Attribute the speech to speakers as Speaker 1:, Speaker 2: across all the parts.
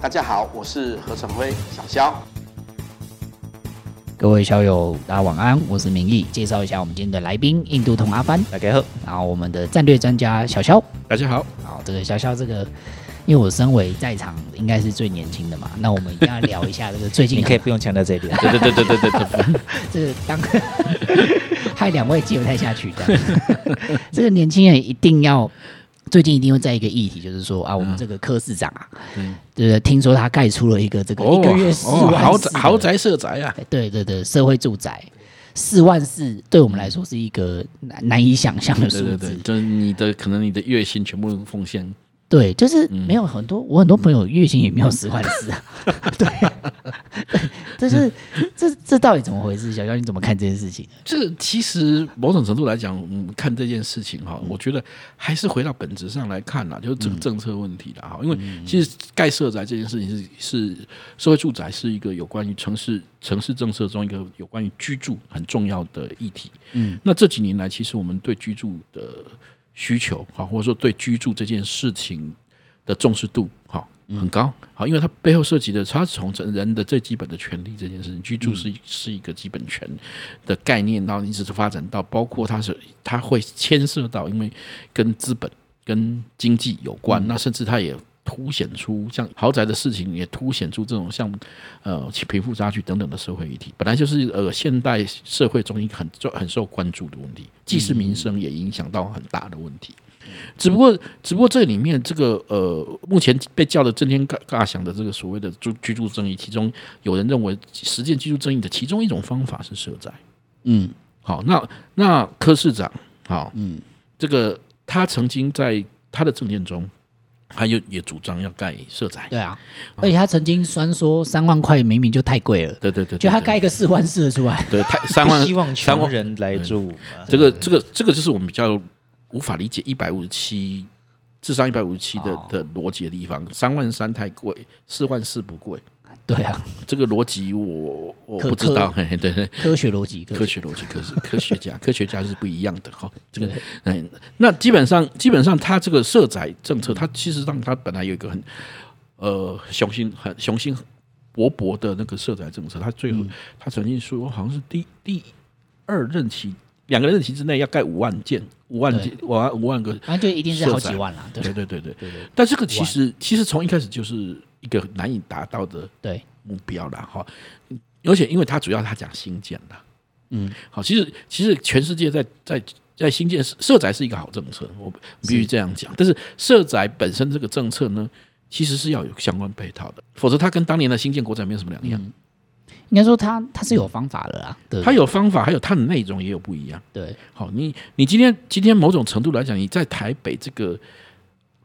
Speaker 1: 大家好，我是何成辉，小肖。
Speaker 2: 各位校友，大家晚安，我是明义。介绍一下我们今天的来宾，印度同阿帆，
Speaker 3: 大家好，
Speaker 2: 然后我们的战略专家小肖。
Speaker 3: 大家好，
Speaker 2: 好，这个小肖这个，因为我身为在场应该是最年轻的嘛，那我们一定要聊一下这个最近
Speaker 3: 你
Speaker 2: 很
Speaker 3: 可以不用强调这一点。对对对对对对，
Speaker 2: 这个当 害两位接不太下去的， 这个年轻人一定要。最近一定会在一个议题，就是说啊，我们这个柯市长啊，
Speaker 3: 嗯
Speaker 2: 对不对？听说他盖出了一个这个一个月四万、
Speaker 3: 哦，豪宅豪宅社宅啊，
Speaker 2: 哎对对对，社会住宅四万四，对我们来说是一个难难以想象的
Speaker 3: 对
Speaker 2: 数
Speaker 3: 对
Speaker 2: 字。
Speaker 3: 对，就是你的可能你的月薪全部奉献，
Speaker 2: 对就是
Speaker 3: 嗯
Speaker 2: 没有很多，我很多朋友月薪也没有十万四啊。对，这是这这到底怎么回事？小肖，你怎么看这件事情？
Speaker 3: 这其实某种程度来讲，我们看这件事情
Speaker 2: 嗯
Speaker 3: 哈，我觉得还是回到本质上来看啦，就是整个政策问题啦哈。因为
Speaker 2: 嗯
Speaker 3: 其实盖社宅这件事情是是社会住宅是一个有关于城市城市政策中一个有关于居住很重要的议题。
Speaker 2: 嗯，
Speaker 3: 那这几年来，其实我们对居住的需求哈，或者说对居住这件事情的重视度哈。很高，好，因为它背后涉及的，它是从人的最基本的权利这件事情，居住是是一个基本权，的概念，然后一直发展到，包括它是它会牵涉到，因为跟资本、跟经济有关，那甚至它也凸显出像豪宅的事情，也凸显出这种像呃贫富差距等等的社会议题，本来就是呃现代社会中一个很重很受关注的问题，既是民生，也影响到很大的问题。只不过，只不过这里面这个呃，目前被叫的震天尬尬响的这个所谓的住居住正义，其中有人认为实践居住正义的其中一种方法是社宅。
Speaker 2: 嗯
Speaker 3: 好，那那柯市长，好，嗯，这个他曾经在他的政见中，他又也主张要盖社宅，
Speaker 2: 对啊，
Speaker 3: 哦
Speaker 2: 而且他曾经酸说三万块明明就太贵了，
Speaker 3: 对对对，
Speaker 2: 就他
Speaker 3: 对
Speaker 2: 盖一个四万四的出来。
Speaker 3: 对太三万嗯
Speaker 4: 希望
Speaker 3: 三
Speaker 4: 穷
Speaker 3: 万，
Speaker 4: 人来住嘛，
Speaker 3: 这个这个这个就是我们比较无法理解一百五十七。智商一百五十七的
Speaker 2: 哦
Speaker 3: 的逻辑的地方，三万三太贵，四万四不贵，
Speaker 2: 对啊，
Speaker 3: 这个逻辑我我
Speaker 2: 可
Speaker 3: 不知道。嘿嘿对对，
Speaker 2: 科学逻辑，
Speaker 3: 科
Speaker 2: 学
Speaker 3: 学逻辑，科学科学家，科学家是不一样的哈。这个，嗯，那基本上基本上他这个社宅政策，它其实让他本来有一个很呃雄心很雄心勃勃的那个社宅政策，他最后、他曾经说好像是第第二任期两个任期之内要盖五万件，五万件，五万五万个
Speaker 2: 反正就一定是好几万啦。对
Speaker 3: 对对对对对。但这个其实其实从一开始就是一个难以达到的
Speaker 2: 对，
Speaker 3: 目标啦，哈。而且因为它主要它讲新建啦，嗯，好，其实其实全世界在在在新建社宅是一个好政策，我必须这样讲。但是社宅本身这个政策呢，其实是要有相关配套的，否则它跟当年的新建国宅没有什么两样。
Speaker 2: 应该说他他是有方法的啦。对不
Speaker 3: 它
Speaker 2: 对，
Speaker 3: 有方法，还有它的内容也有不一样。
Speaker 2: 对
Speaker 3: 好，你你今天今天某种程度来讲，你在台北这个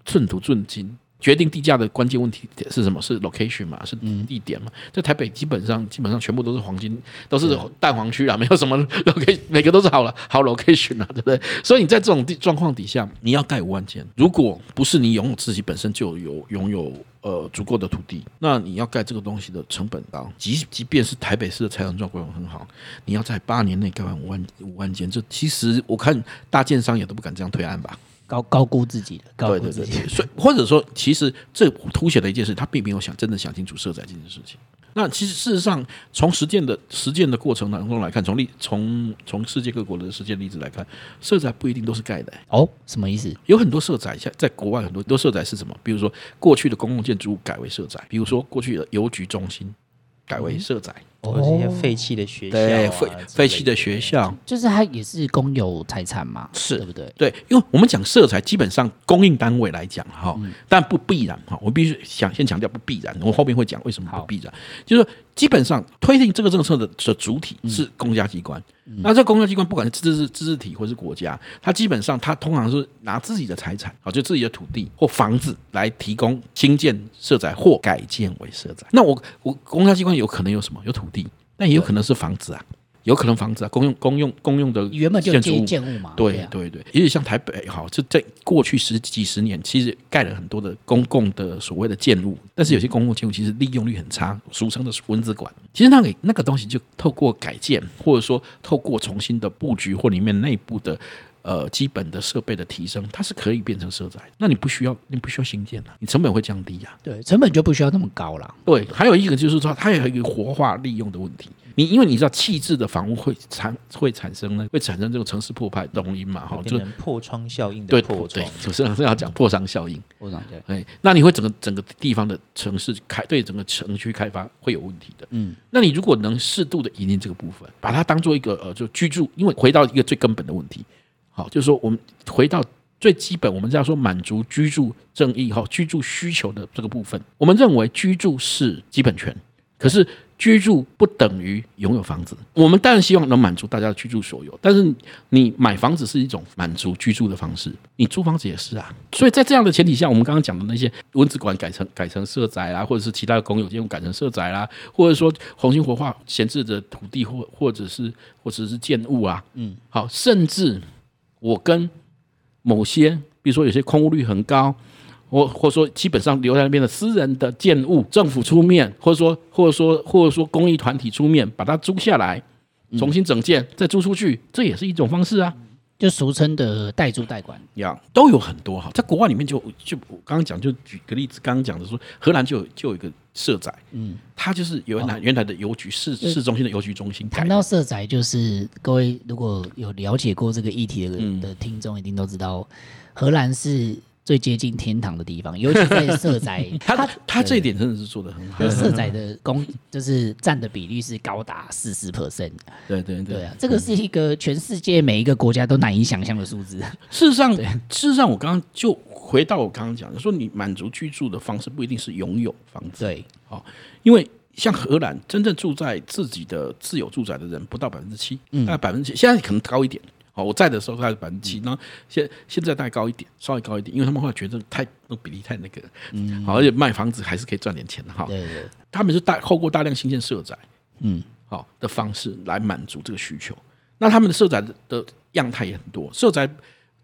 Speaker 3: 寸土寸金，决定地价的关键问题是什么？是 location 嘛？是地点嘛？在台北基本上基本上全部都是黄金，都是蛋黄区啊， 没有什么 location，每个都是好了好 location 啊，对不对？所以你在这种地状况底下，你要盖五万间，如果不是你拥有自己本身就有拥有呃足够的土地，那你要盖这个东西的成本高，即即便是台北市的财产状况很好，你要在八年内盖完五万五万间，这其实我看大建商也都不敢这样推案吧。
Speaker 2: 高高估自己的，高
Speaker 3: 对
Speaker 2: 估
Speaker 3: 对
Speaker 2: 自
Speaker 3: 对
Speaker 2: 己的
Speaker 3: 对，所以或者说，其实这凸显了一件事，他并没有想真的想清楚社宅这件事情。那其实事实上，从实践的实践的过程当中来看，从例从从世界各国的实践例子来看，社宅不一定都是盖的、
Speaker 2: 哦，什么意思？
Speaker 3: 有很多社宅，像在国外很多很多社宅是什么？比如说过去的公共建筑物改为社宅，比如说过去的邮局中心改为社宅，
Speaker 4: 或者是哦一些废弃的学校啊
Speaker 3: 嗯对废
Speaker 4: 之类
Speaker 3: 废弃的学校，
Speaker 2: 就是它也是公有财产嘛，
Speaker 3: 是
Speaker 2: 对不对？
Speaker 3: 对，因为我们讲色彩，基本上供应单位来讲哈，
Speaker 2: 嗯
Speaker 3: 但不必然哈，我必须想先强调不必然，我后面会讲为什么不必然，就是说基本上推进这个政策的的主体
Speaker 2: 嗯
Speaker 3: 是公家机关，那这公家机关不管是自治自治体或是国家，它基本上它通常是拿自己的财产啊，就自己的土地或房子来提供新建社宅或改建为社宅。那我我公家机关有可能有什么？有土地，但也有可能是房子啊。有可能房子啊，公用公用公用的
Speaker 2: 原本就
Speaker 3: 建筑
Speaker 2: 建
Speaker 3: 物
Speaker 2: 建物嘛，
Speaker 3: 对
Speaker 2: 啊，
Speaker 3: 对对，也许像台北好，就在过去十几十年，其实盖了很多的公共的所谓的建物，但是有些
Speaker 2: 嗯
Speaker 3: 公共建物其实利用率很差，俗称的蚊子馆。其实那个那个东西就透过改建，或者说透过重新的布局或里面内部的呃基本的设备的提升，它是可以变成社宅。那你不需要，你不需要新建了、啊你成本会降低呀、
Speaker 2: 对，成本就不需要那么高了。
Speaker 3: 对，还有一个就是说，它有一个活化利用的问题。你因为你知道气质的房屋会产会产生呢，会产生这种城市破败动因嘛，哈，
Speaker 4: 变
Speaker 3: 就
Speaker 4: 成破窗效应的
Speaker 3: 对
Speaker 4: 破
Speaker 3: 对
Speaker 4: 窗，，
Speaker 3: 主持人是要讲破伤效应。
Speaker 2: 我想对，
Speaker 3: 哎，那你会整个整个地方的城市开对整个城区开发会有问题的。
Speaker 2: 嗯，
Speaker 3: 那你如果能适度的引领这个部分，把它当做一个呃，就居住，因为回到一个最根本的问题，好，就是说我们回到最基本，我们这样说满足居住正义哈、居住需求的这个部分，我们认为居住是基本权，可是。居住不等于拥有房子，我们当然希望能满足大家的居住所有，但是你买房子是一种满足居住的方式，你租房子也是啊。所以在这样的前提下，我们刚刚讲的那些文子馆改成改成社宅啦，或者是其他的公有建筑改成社宅啦，或者说红星活化闲置的土地或或者是或者是建物啊，嗯，好，甚至我跟某些，比如说有些空屋率很高，或或者说基本上留在那边的私人的建物，政府出面，或者说或者说或者说公益团体出面把它租下来，重新整建，再租出去，这也是一种方式啊。
Speaker 2: 就俗称的代租代管。
Speaker 3: 呀，都有很多哈，在国外里面就就我刚刚讲，就举个例子，刚刚讲的说，荷兰就有就有一个社宅，嗯，哦它就是原来、原来的邮局市市中心的邮局中心改
Speaker 2: 谈
Speaker 3: 的，，
Speaker 2: 到社宅，就是各位如果有了解过这个议题的、的听众，一定都知道，荷兰是最接近天堂的地方，尤其在社宅
Speaker 3: 它它这一点真的是做的很好，
Speaker 2: 社宅的公就是占的比率是高达四十 percent。
Speaker 3: 对对对
Speaker 2: 对啊，这个是一个全世界每一个国家都难以想象的数字。
Speaker 3: 事实上，事实上，我刚刚就回到我刚刚讲的，说你满足居住的方式不一定是拥有房子，
Speaker 2: 对，
Speaker 3: 因为像荷兰真正住在自己的自有住宅的人不到百分之七，
Speaker 2: 嗯
Speaker 3: 大概百分之现在可能高一点。好，我在的时候大概百分之七，那现现在大概高一点，稍微高一点，因为他们后来觉得太那比例太那个，好，而且卖房子还是可以赚点钱的哈。
Speaker 2: 嗯对对
Speaker 3: 他们是大透过大量新建社宅，
Speaker 2: 嗯，
Speaker 3: 好、的方式来满足这个需求。那他们的社宅的的样态也很多，社宅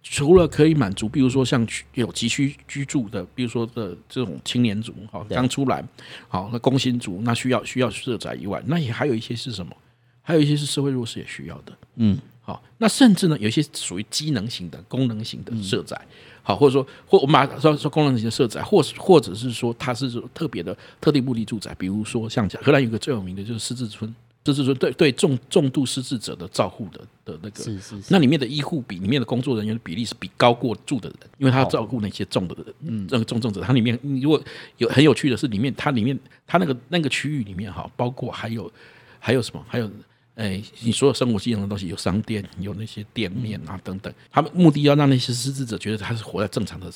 Speaker 3: 除了可以满足，比如说像居有急需居住的，比如说的这种青年族，好、刚出来，好、那工薪族，那需要需要社宅以外，那也还有一些是什么？还有一些是社会弱势也需要的，
Speaker 2: 嗯，
Speaker 3: 好、那甚至呢，有一些属于机能型的、功能型
Speaker 2: 嗯
Speaker 3: 的社宅，好，或者说或我们马说说功能型的社宅，或是或者是说它是特别的特定目的住宅，比如说像讲荷兰有一个最有名的就是失智村，失智村对对重重度失智者的照护的的那个
Speaker 2: 是是是，
Speaker 3: 那里面的医护比里面的工作人员的比例是比高过住的人，因为他要照顾那些重
Speaker 2: 哦
Speaker 3: 的人，嗯，那个重症者。它里面你如果有很有趣的是，里面它里面它那个那个区域里面哈，包括还有还有什么，还有哎，你所有生活技能的东西，有商店，有那些店面啊等等，他们目的要让那些失智者觉得他是活在正常的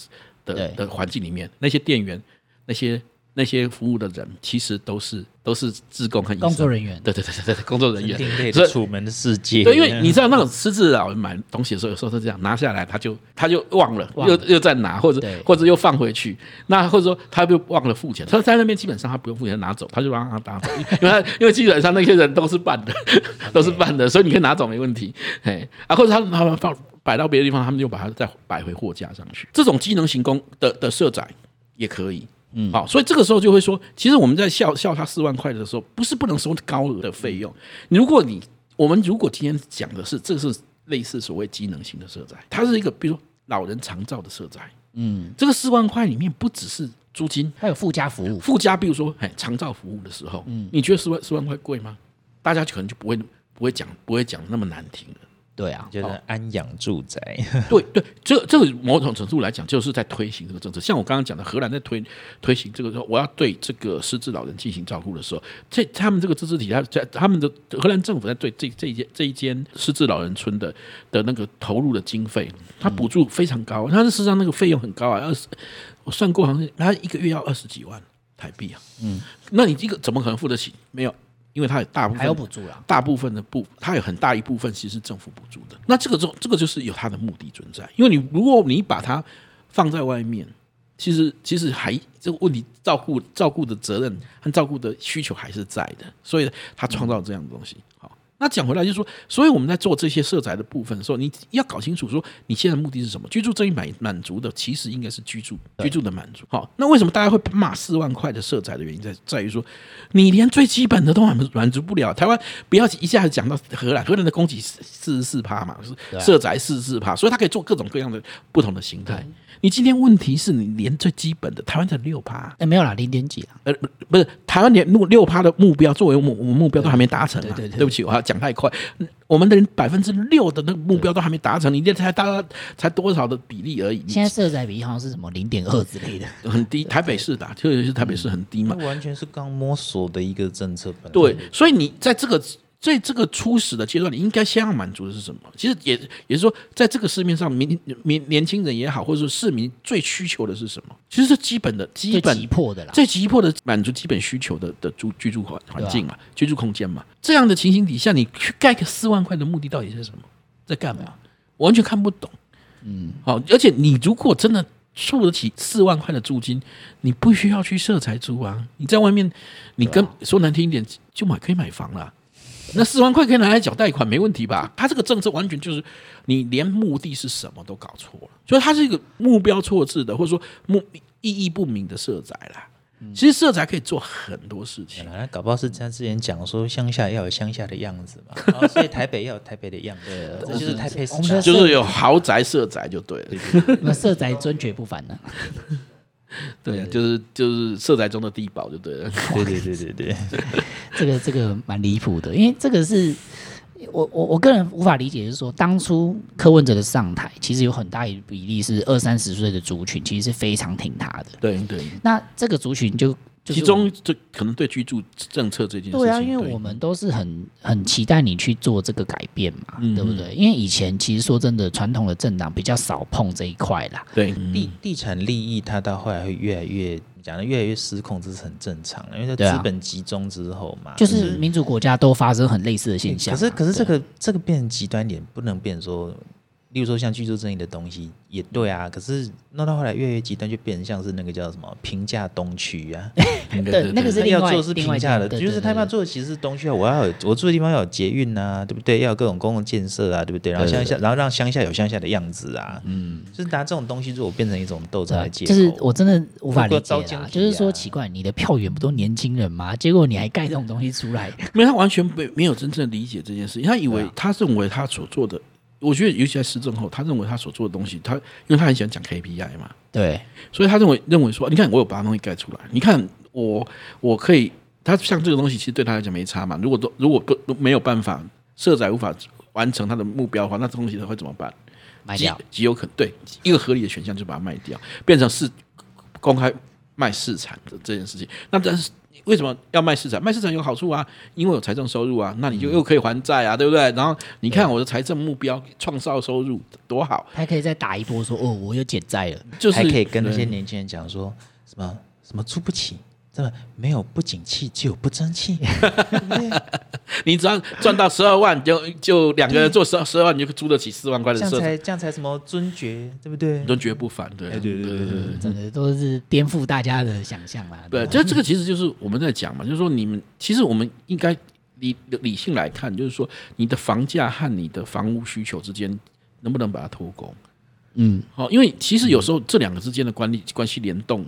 Speaker 3: 的
Speaker 2: 对
Speaker 3: 的环境里面，那些店员那些。那些服务的人其实都是都是自工和医生
Speaker 2: 工作人员
Speaker 3: 对对对对对，工作人员
Speaker 4: 另类
Speaker 3: 所
Speaker 4: 的
Speaker 3: 以
Speaker 4: 楚门的世界。
Speaker 3: 对，因
Speaker 2: 嗯
Speaker 3: 为你知道那种失智老人买东西的时候，有时候是这样拿下来，他就他就忘了，
Speaker 2: 忘了
Speaker 3: 又又再拿，或者
Speaker 2: 对
Speaker 3: 或者又放回去，那或者说他又忘了付钱。他在那边基本上他不用付钱，拿走他就让他 拿走，因为他因为基本上那些人都是办的， 都是办的，所以你可以拿走没问题。哎，啊，或者他他们放摆到别的地方，他们就把它再摆回货架上去。这种机能型工的的社宅也可以。嗯，好，所以这个时候就会说，其实我们在笑笑他四万块的时候，不是不能收高额的费用。如果你我们如果今天讲的是，这是类似所谓机能型的社宅，它是一个比如说老人长照的社宅，嗯，这个四万块里面不只是租金，
Speaker 2: 还有附加服务。
Speaker 3: 附加比如说哎长照服务的时候，嗯，你觉得四万四万块贵吗？大家可能就不会不会讲不会讲那么难听了。
Speaker 2: 对
Speaker 3: 哦
Speaker 2: 啊，
Speaker 4: 觉得安养住宅，
Speaker 3: 对对，这这个某种程度来讲，就是在推行这个政策。像我刚刚讲的，荷兰在推推行这个说，我要对这个失智老人进行照顾的时候，这他们这个自治体，他在他们的荷兰政府在对这这一间这一间失智老人村的的那个投入的经费，它补助非常高，但是事实上那个费用很高啊，二十，我算过好像是他一个月要二十几万台币啊，嗯，那你这个怎么可能付得起？没有。因为它有大部分
Speaker 2: 还有补助啦。
Speaker 3: 啊大部分的部，它有很大一部分其实是政府补助的。那这个就这个就是有它的目的存在，因为你如果你把它放在外面，其实其实还这个问题照顾照顾的责任和照顾的需求还是在的，所以它创造这样的东西。好，那讲回来就是说，所以我们在做这些社宅的部分的时候，你要搞清楚说你现在的目的是什么。居住正义满满足的其实应该是居住居住的满足。好，那为什么大家会骂四万块的社宅的原因在在于说，你连最基本的都满满足不了。台湾不要一下子讲到荷兰，荷兰的供给四十四趴嘛，是社宅四十四趴，所以它可以做各种各样的不同的形态。你今天问题是你连最基本的台湾才六趴，
Speaker 2: 哎，没有啦，零点几啦，
Speaker 3: 呃，不不是台湾连目六趴的目标作为我们我们目标都还没达成、啊，
Speaker 2: 对对对
Speaker 3: 不起，我要讲太快，嗯我们的人百分之六的那个目标都还没达成，你这才大才多少的比例而已，
Speaker 2: 现在社宅比例好像是什么零点二之类 的，
Speaker 3: 很低，台北市的啊，特别是台北市很低嘛
Speaker 4: 那，完全是刚摸索的一个政策本来。
Speaker 3: 对，所以你在这个在这个初始的阶段，你应该先要满足的是什么？其实也也是说，在这个市面上，民民年轻人也好，或者说市民最需求的是什么？其实是基本的基
Speaker 2: 最
Speaker 3: 本
Speaker 2: 急迫的啦。
Speaker 3: 最急迫的满足基本需求的的住居住环环境
Speaker 2: 啊
Speaker 3: 嘛，居住空间嘛，这样的情形底下，你去盖个四万块的目的到底是什么？在干嘛？
Speaker 2: 啊
Speaker 3: 我完全看不懂。嗯，好、而且你如果真的付得起四万块的租金，你不需要去社宅租啊，你在外面，你跟、
Speaker 2: 啊
Speaker 3: 说难听一点，就买可以买房了啊。那四万块可以拿来缴贷款，没问题吧？他这个政策完全就是你连目的是什么都搞错了，所以它是一个目标错置的，或者说目意义不明的社宅啦。
Speaker 2: 嗯
Speaker 3: 其实社宅可以做很多事情啊
Speaker 4: 本，来啊搞不好是他之前讲说乡下要有乡下的样子 嘛，然后所以台北要有台北的样子，这就是台北市
Speaker 2: 我们
Speaker 4: 长。
Speaker 3: 就是有豪宅社宅就对了。
Speaker 2: 那社宅尊爵不凡呢、
Speaker 3: 对啊，就是就是社宅中的地堡就对了。
Speaker 4: 对对对对对，
Speaker 2: 这个这个蛮离谱的，因为这个是我我我个人无法理解，就是说当初柯文哲的上台，其实有很大一比例是二三十岁的族群，其实是非常挺他的。
Speaker 3: 对对，
Speaker 2: 那这个族群就就是
Speaker 3: 其中这可能对居住政策这件事情，
Speaker 2: 对啊，因为我们都是很很期待你去做这个改变嘛，
Speaker 3: 嗯
Speaker 2: 对不对？因为以前其实说真的，传统的政党比较少碰这一块啦。
Speaker 3: 对
Speaker 4: 地地产利益它到后来会越来越讲的越来越失控，这是很正常的，因为
Speaker 2: 对
Speaker 4: 它
Speaker 2: 啊
Speaker 4: 资本集中之后嘛，
Speaker 2: 就是民主国家都发生很类似的现象啊、
Speaker 4: 嗯可是可是这
Speaker 2: 对
Speaker 4: 个这个变成极端点，不能变成说，例如说像居住正义的东西也对
Speaker 2: 嗯
Speaker 4: 啊，可是弄到后来越来越极端，就变成像是那个叫什么平价东区啊，
Speaker 3: 嗯
Speaker 2: 对那个是
Speaker 4: 他
Speaker 2: 另
Speaker 4: 要
Speaker 2: 外
Speaker 4: 做的是
Speaker 2: 另
Speaker 4: 平
Speaker 2: 外一
Speaker 4: 价
Speaker 2: 件
Speaker 4: 的，
Speaker 2: 对
Speaker 4: 就是
Speaker 2: 对
Speaker 4: 他
Speaker 2: 对
Speaker 4: 要
Speaker 2: 对
Speaker 4: 做的其实是东区啊，我要有我住的地方要有捷运啊，对不对？要有各种公共建设啊，对不对？然后乡下，然后让乡下有乡下的样子啊，嗯，就是拿这种东西如果变成一种斗争
Speaker 2: 对啊
Speaker 4: 的借口，
Speaker 2: 就是我真的无法
Speaker 4: 如果
Speaker 2: 理解
Speaker 4: 遭奸
Speaker 2: 啦
Speaker 4: 体，
Speaker 2: 就是说
Speaker 4: 啊
Speaker 2: 奇怪，你的票源不都年轻人吗？结果你还盖这种东西出 来，
Speaker 3: 没有，他完全没没有真正理解这件事情。他以为、
Speaker 2: 对啊
Speaker 3: 他认为他所做的，我觉得尤其在施政后，他认为他所做的东西，他因为他很喜欢讲 KPI 嘛，
Speaker 2: 对，
Speaker 3: 所以他认为认为说，你看我有把东西盖出来，你看我我可以，他像这个东西其实对他来讲没差嘛。如果都如果不都没有办法，社宅无法完成他的目标的话，那这东西他会怎么办？
Speaker 2: 卖
Speaker 3: 极
Speaker 2: 掉。
Speaker 3: 极有可能对一个合理的选项就把它卖掉，变成是公开卖市场的这件事情。那但是为什么要卖市场？卖市场有好处啊，因为有财政收入啊，那你
Speaker 4: 嗯
Speaker 3: 就又可以还债啊，对不对？然后你看我的财政目标创造收入多好，
Speaker 2: 还可以再打一波说哦，我又减债了。
Speaker 3: 就是
Speaker 4: 还可以跟那些
Speaker 3: 对
Speaker 4: 年轻人讲说什么什么住不起。真的没有不景气，只有不争 气。
Speaker 3: 你只要赚到十二万，就就两个人做十十二万，你就租得起四万块的
Speaker 4: 这样
Speaker 3: 社，
Speaker 4: 才这样才什么尊爵，对不对
Speaker 3: 你？都绝不凡，对哎对对对对。
Speaker 2: 真的都是颠覆大家的想象啦。
Speaker 3: 对，
Speaker 2: 吧
Speaker 3: 这这个其实就是我们在讲嘛，就是说你们其实我们应该理理性来看，就是说你的房价和你的房屋需求之间能不能把它脱钩？
Speaker 2: 嗯，
Speaker 3: 好、因为其实有时候这两个之间的关系关系联动，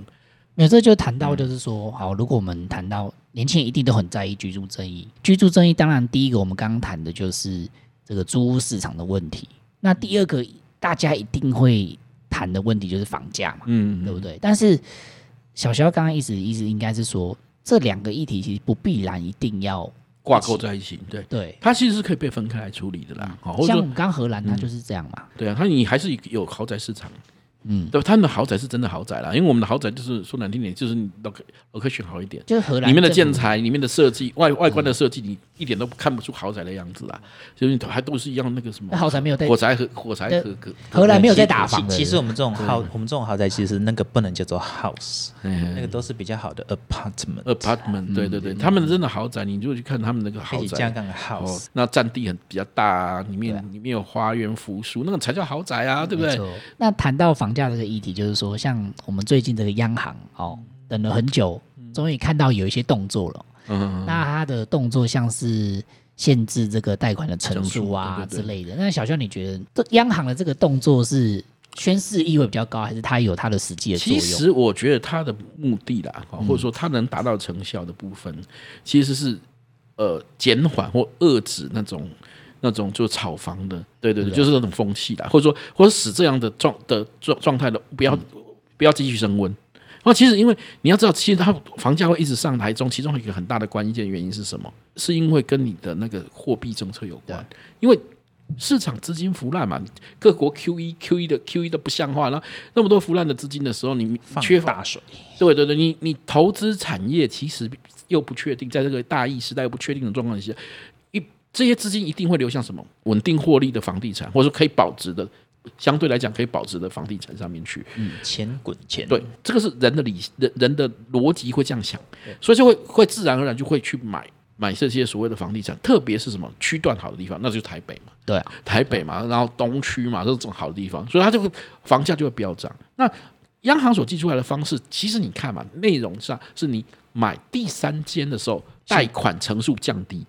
Speaker 2: 没有，这就谈到就是说，好，如果我们谈到年轻人一定都很在意居住正义，居住正义当然第一个我们刚刚谈的就是这个租屋市场的问题，那第二个大家一定会谈的问题就是房价嘛，
Speaker 3: 嗯
Speaker 2: 对不对？但是小肖刚刚意思意思应该是说，这两个议题其实不必然一定要
Speaker 3: 挂钩在一起，对，
Speaker 2: 对，
Speaker 3: 它其实是可以被分开来处理的啦。好、或者
Speaker 2: 像我
Speaker 3: 说嗯
Speaker 2: 们刚刚荷兰它就是这样嘛，
Speaker 3: 对啊，它你还是有豪宅市场。
Speaker 2: 嗯
Speaker 3: 对，他们的豪宅是真的豪宅啦，因为我们的豪宅就是说难听点，就是你 loc location 好一点，
Speaker 2: 就是荷兰
Speaker 3: 里面的
Speaker 2: 政
Speaker 3: 建
Speaker 2: 府
Speaker 3: 材、里面的设计、外外观的设计，你一点都看不出豪宅的样子啊，就是你还都是一样那个什么
Speaker 2: 那豪宅没有在
Speaker 3: 火柴和火柴和和，
Speaker 2: 荷兰没有在打
Speaker 4: 其
Speaker 2: 房的，
Speaker 4: 其实我们这种豪，我们这种豪宅其实那个不能叫做 house，那
Speaker 3: 嗯
Speaker 4: 个都是比较好的 apartment，
Speaker 3: 呃
Speaker 2: 嗯
Speaker 3: apartment，对对对，他们真的豪宅，你如果去看他们那个
Speaker 4: 可
Speaker 3: 豪
Speaker 4: 以加
Speaker 3: 宅。
Speaker 4: 杠的
Speaker 3: 哦
Speaker 4: house。，
Speaker 3: 那占地很比较大啊，里面
Speaker 4: 对啊
Speaker 3: 里面有花园、扶疏，那个才叫豪宅啊，对不
Speaker 2: 没
Speaker 3: 对？
Speaker 2: 错那谈到房价这个议题，就是说，像我们最近这个央行哦，等了很久，终于看到有一些动作了。
Speaker 3: 嗯，
Speaker 2: 那它的动作像是限制这个贷款的成数啊
Speaker 3: 成数对对对
Speaker 2: 之类的。那小肖，你觉得这央行的这个动作是宣示意味比较高，还是它有它的实际的作
Speaker 3: 其
Speaker 2: 用？嗯
Speaker 3: 实我觉得它的目的啦，啊或者说它能达到成效的部分，其实是呃减缓或遏制那种那种就炒房的，对
Speaker 2: 啊
Speaker 3: 对对，就是那种风气啦，或者说或者使这样的状的状状态的不
Speaker 2: 嗯
Speaker 3: 要、不要继续升温。那其实，因为你要知道，其实它房价会一直上台中，其中一个很大的关键原因是什么？是因为跟你的那个货币政策有关，因为市场资金腐烂嘛，各国 Q E Q E 的 Q E 的不像话，然后那么多腐烂的资金的时候，你缺乏水，对对对，你你投资产业其实又不确定，在这个大疫时代又不确定的状况下，一这些资金一定会流向什么稳定获利的房地产，或者说可以保值的，相对来讲可以保值的房地产上面去。
Speaker 4: 嗯钱滚钱，
Speaker 3: 对，这个是人的理人人的逻辑会这样想，所以就会会自然而然就会去买买这些所谓的房地产，特别是什么区段好的地方，那就是台北嘛。
Speaker 2: 对啊，
Speaker 3: 台北嘛，然后东区嘛，这种好的地方，所以它就会房价就会飙涨。那央行所寄出来的方式，其实你看嘛，内容上是你买第三间的时候，贷款成数降低，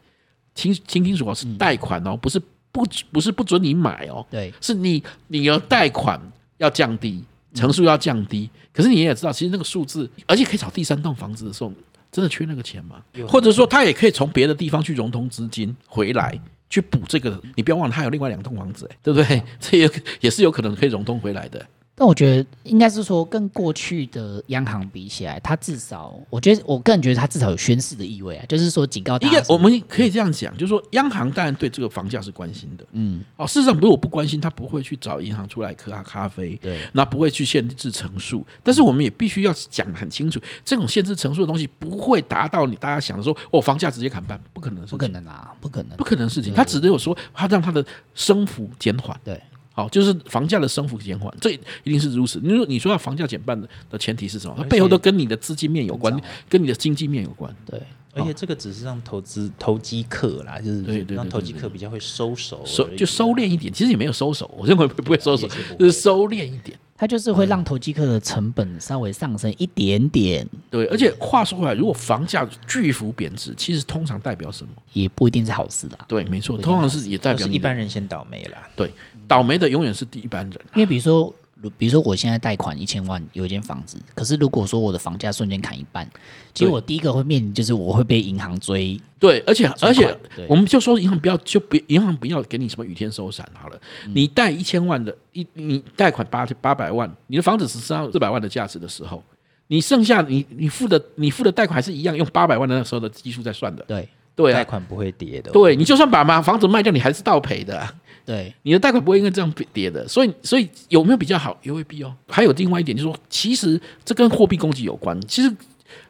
Speaker 3: 清清清楚楚是
Speaker 2: 嗯
Speaker 3: 贷款哦，不是不不是不准你买哦，
Speaker 2: 对，
Speaker 3: 是你你的贷款要降低，成数要降低。可是你也知道，其实那个数字，而且可以找第三栋房子的时候，真的缺那个钱吗？或者说，他也可以从别的地方去融通资金回来。去补这个，你不要忘了，他有另外两栋房子，哎对不对？ 这也也是有可能可以融通回来的。
Speaker 2: 但我觉得应该是说，跟过去的央行比起来，它至少，我觉得我个人觉得它至少有宣示的意味啊，就是说警告大
Speaker 3: 应
Speaker 2: 家
Speaker 3: 该
Speaker 2: 什么。
Speaker 3: 我们可以这样讲，就是说，央行当然对这个房价是关心的，嗯，哦，事实上，如果不关心，他不会去找银行出来喝咖啡，
Speaker 2: 对，
Speaker 3: 那不会去限制层数。但是我们也必须要讲得很清楚，这种限制层数的东西不会达到你大家想的说，哦，房价直接砍半，不可能的事
Speaker 2: 不
Speaker 3: 情，
Speaker 2: 可能啊，不可能
Speaker 3: 不，可能的事情。它只有说，它让它的升幅减缓，
Speaker 2: 对，
Speaker 3: 好，就是房价的升幅减缓，这一定是如此。你说你说要房价减半的的前提是什么？它背后都跟你的资金面有关，
Speaker 2: 啊
Speaker 3: 跟你的经济面有关。
Speaker 2: 对。
Speaker 4: 而且这个只是让投资投机客啦，就是
Speaker 3: 哦对对对
Speaker 4: 让投机
Speaker 3: 对对
Speaker 4: 客比较会收手而已，啊
Speaker 3: 收就收敛一点，其实也没有收手，我认为不会收手
Speaker 4: 也是不，会
Speaker 3: 就是收敛一点。
Speaker 2: 它就是会让投机客的成本稍微上升一点点，
Speaker 4: 啊
Speaker 3: 对，而且话说回来，如果房价巨幅贬值，其实通常代表什么？
Speaker 2: 也不一定是好事啦。
Speaker 3: 对，没错，通常是也代
Speaker 4: 都
Speaker 3: 表
Speaker 4: 是
Speaker 3: 你
Speaker 4: 一般人先倒霉啦。
Speaker 3: 对倒霉的永远是第一般人。
Speaker 2: 因为比如说，如比如说我现在贷款一千万有一间房子，可是如果说我的房价瞬间砍一半，其实我第一个会面临就是我会被银行追，
Speaker 3: 对，而且而且
Speaker 2: 对，
Speaker 3: 我们就说银行不要就别银行不要给你什么雨天收伞好了。
Speaker 4: 嗯
Speaker 3: 你贷一千万的，一你贷款八八百万，你的房子只剩下四百万的价值的时候，你剩下你你付的你付的贷款还是一样，用八百万的那时候的基数在算的。
Speaker 2: 对
Speaker 3: 对
Speaker 4: 贷
Speaker 3: 啊，
Speaker 4: 款不会跌的，
Speaker 3: 对你就算把嘛房子卖掉，你还是倒赔的啊、
Speaker 2: 对
Speaker 3: 你的贷款不会因为这样跌的，所以所以有没有比较好也未必哦。还有另外一点就是说，其实这跟货币供给有关。其实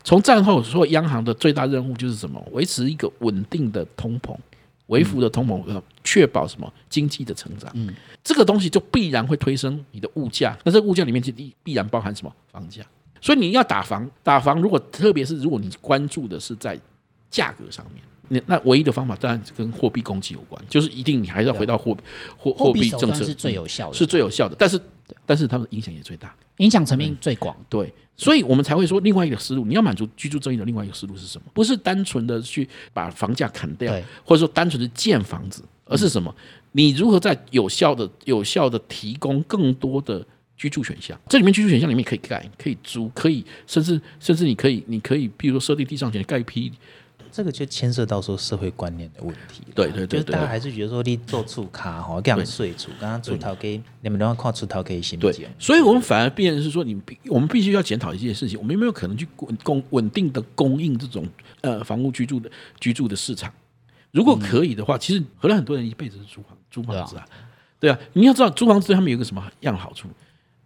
Speaker 3: 从战后说，央行的最大任务就是什么？维持一个稳定的通膨，微幅的通膨，呃确保什么经济的成长。嗯，这个东西就必然会推升你的物价，那这个物价里面就必必然包含什么？房价。所以你要打房，打房如果特别是如果你关注的是在价格上面。那那唯一的方法当然是跟货币供给有关，就是一定你还是要回到货货
Speaker 2: 啊货
Speaker 3: 币
Speaker 2: 币手
Speaker 3: 政
Speaker 2: 段
Speaker 3: 策
Speaker 2: 是最有效的，
Speaker 3: 是最有效的，但是但是它们影响也最大。
Speaker 2: 影响层
Speaker 3: 嗯
Speaker 2: 面最广。
Speaker 3: 对，所以我们才会说另外一个思路，你要满足居住正义的另外一个思路是什么？不是单纯的去把房价砍掉
Speaker 2: 对，
Speaker 3: 或者说单纯的建房子，而
Speaker 4: 嗯
Speaker 3: 是什么？你如何在有效的、有效的提供更多的居住选项？这里面居住选项里面可以盖、可以租、可以，甚至甚至你可以，你可以，比如说设立地上权，盖一批
Speaker 4: 这个就牵涉到说社会观念的问题了。
Speaker 3: 对对对
Speaker 4: 就是
Speaker 3: 对
Speaker 4: 大家
Speaker 3: 对
Speaker 4: 还是觉得说你做出卡吼，这样税出，刚刚出头给你们都要看出头给新
Speaker 3: 对
Speaker 4: 疆，
Speaker 3: 所以我们反而变成是说，你必我们必须要检讨一件事情，我们有没有可能去供供稳定的供应这种呃房屋居住的居住的市场？如果可以的话，其实荷兰很多人一辈子是租房租房子啊，对啊，你要知道租房子对他们有一个什么样的好处？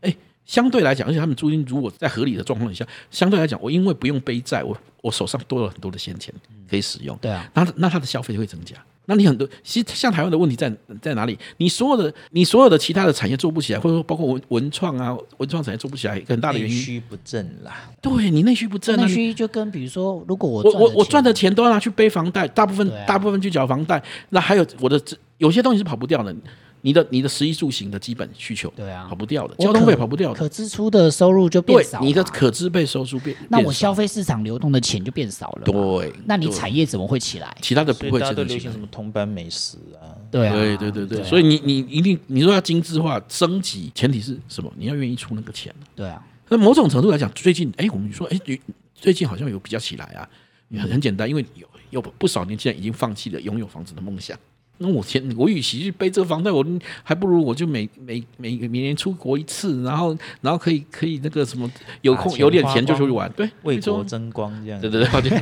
Speaker 3: 哎，相对来讲，而且他们租金如果在合理的状况下，相对来讲，我因为不用背债，我我手上多了很多的闲钱可以使用，
Speaker 2: 对啊，
Speaker 3: 那那他的消费就会增加。那你很多，其实像台湾的问题在在哪里？你所有的你所有的其他的产业做不起来，或者说包括文文创啊，文创产业做不起来，一个很大的
Speaker 4: 内
Speaker 3: 原因，
Speaker 4: 需不振啦。
Speaker 3: 对你内需不振啊。
Speaker 2: 内
Speaker 3: 你
Speaker 2: 需就跟比如说，如果我
Speaker 3: 我我我
Speaker 2: 赚
Speaker 3: 赚
Speaker 2: 的
Speaker 3: 的钱都要拿去背房贷，大部分、
Speaker 2: 对啊
Speaker 3: 大部分去缴房贷，那还有我的这有些东西是跑不掉的。你的你的食衣住行的基本需求，
Speaker 2: 对啊
Speaker 3: 跑不掉的，
Speaker 2: 我
Speaker 3: 交通费
Speaker 2: 可
Speaker 3: 跑不掉的，
Speaker 2: 可支出的收入就变
Speaker 3: 对
Speaker 2: 少嘛，
Speaker 3: 你的可支配收入变，
Speaker 2: 那
Speaker 3: 变
Speaker 2: 我
Speaker 3: 少
Speaker 2: 消费市场流动的钱就变少了嘛，
Speaker 3: 对，
Speaker 2: 那你
Speaker 3: 对
Speaker 2: 产业怎么会起来？
Speaker 3: 其他的
Speaker 4: 所
Speaker 3: 不
Speaker 4: 以
Speaker 3: 会
Speaker 4: 大家
Speaker 3: 真
Speaker 4: 都
Speaker 3: 的
Speaker 4: 流
Speaker 3: 起
Speaker 4: 行
Speaker 3: 来
Speaker 4: 什。么通班美食啊，
Speaker 2: 对啊，
Speaker 3: 对对对对，
Speaker 2: 啊
Speaker 3: 所以你你一定你说要精致化升级，前提是什么？你要愿意出那个钱。
Speaker 2: 对啊，
Speaker 3: 那某种程度来讲，最近哎，我们说哎，最最近好像有比较起来啊，也很很简单，因为有有不少年轻人已经放弃了拥有房子的梦想。那我前我与其去背这个房贷，我还不如我就每每每每年出国一次，然后然后可以可以那个什么有
Speaker 4: 把
Speaker 3: 空
Speaker 4: 钱
Speaker 3: 有点
Speaker 4: 花
Speaker 3: 钱就
Speaker 4: 光
Speaker 3: 出去玩，对，
Speaker 4: 为
Speaker 3: 没错啊
Speaker 4: 国争光这样
Speaker 3: 对。对对，抱歉。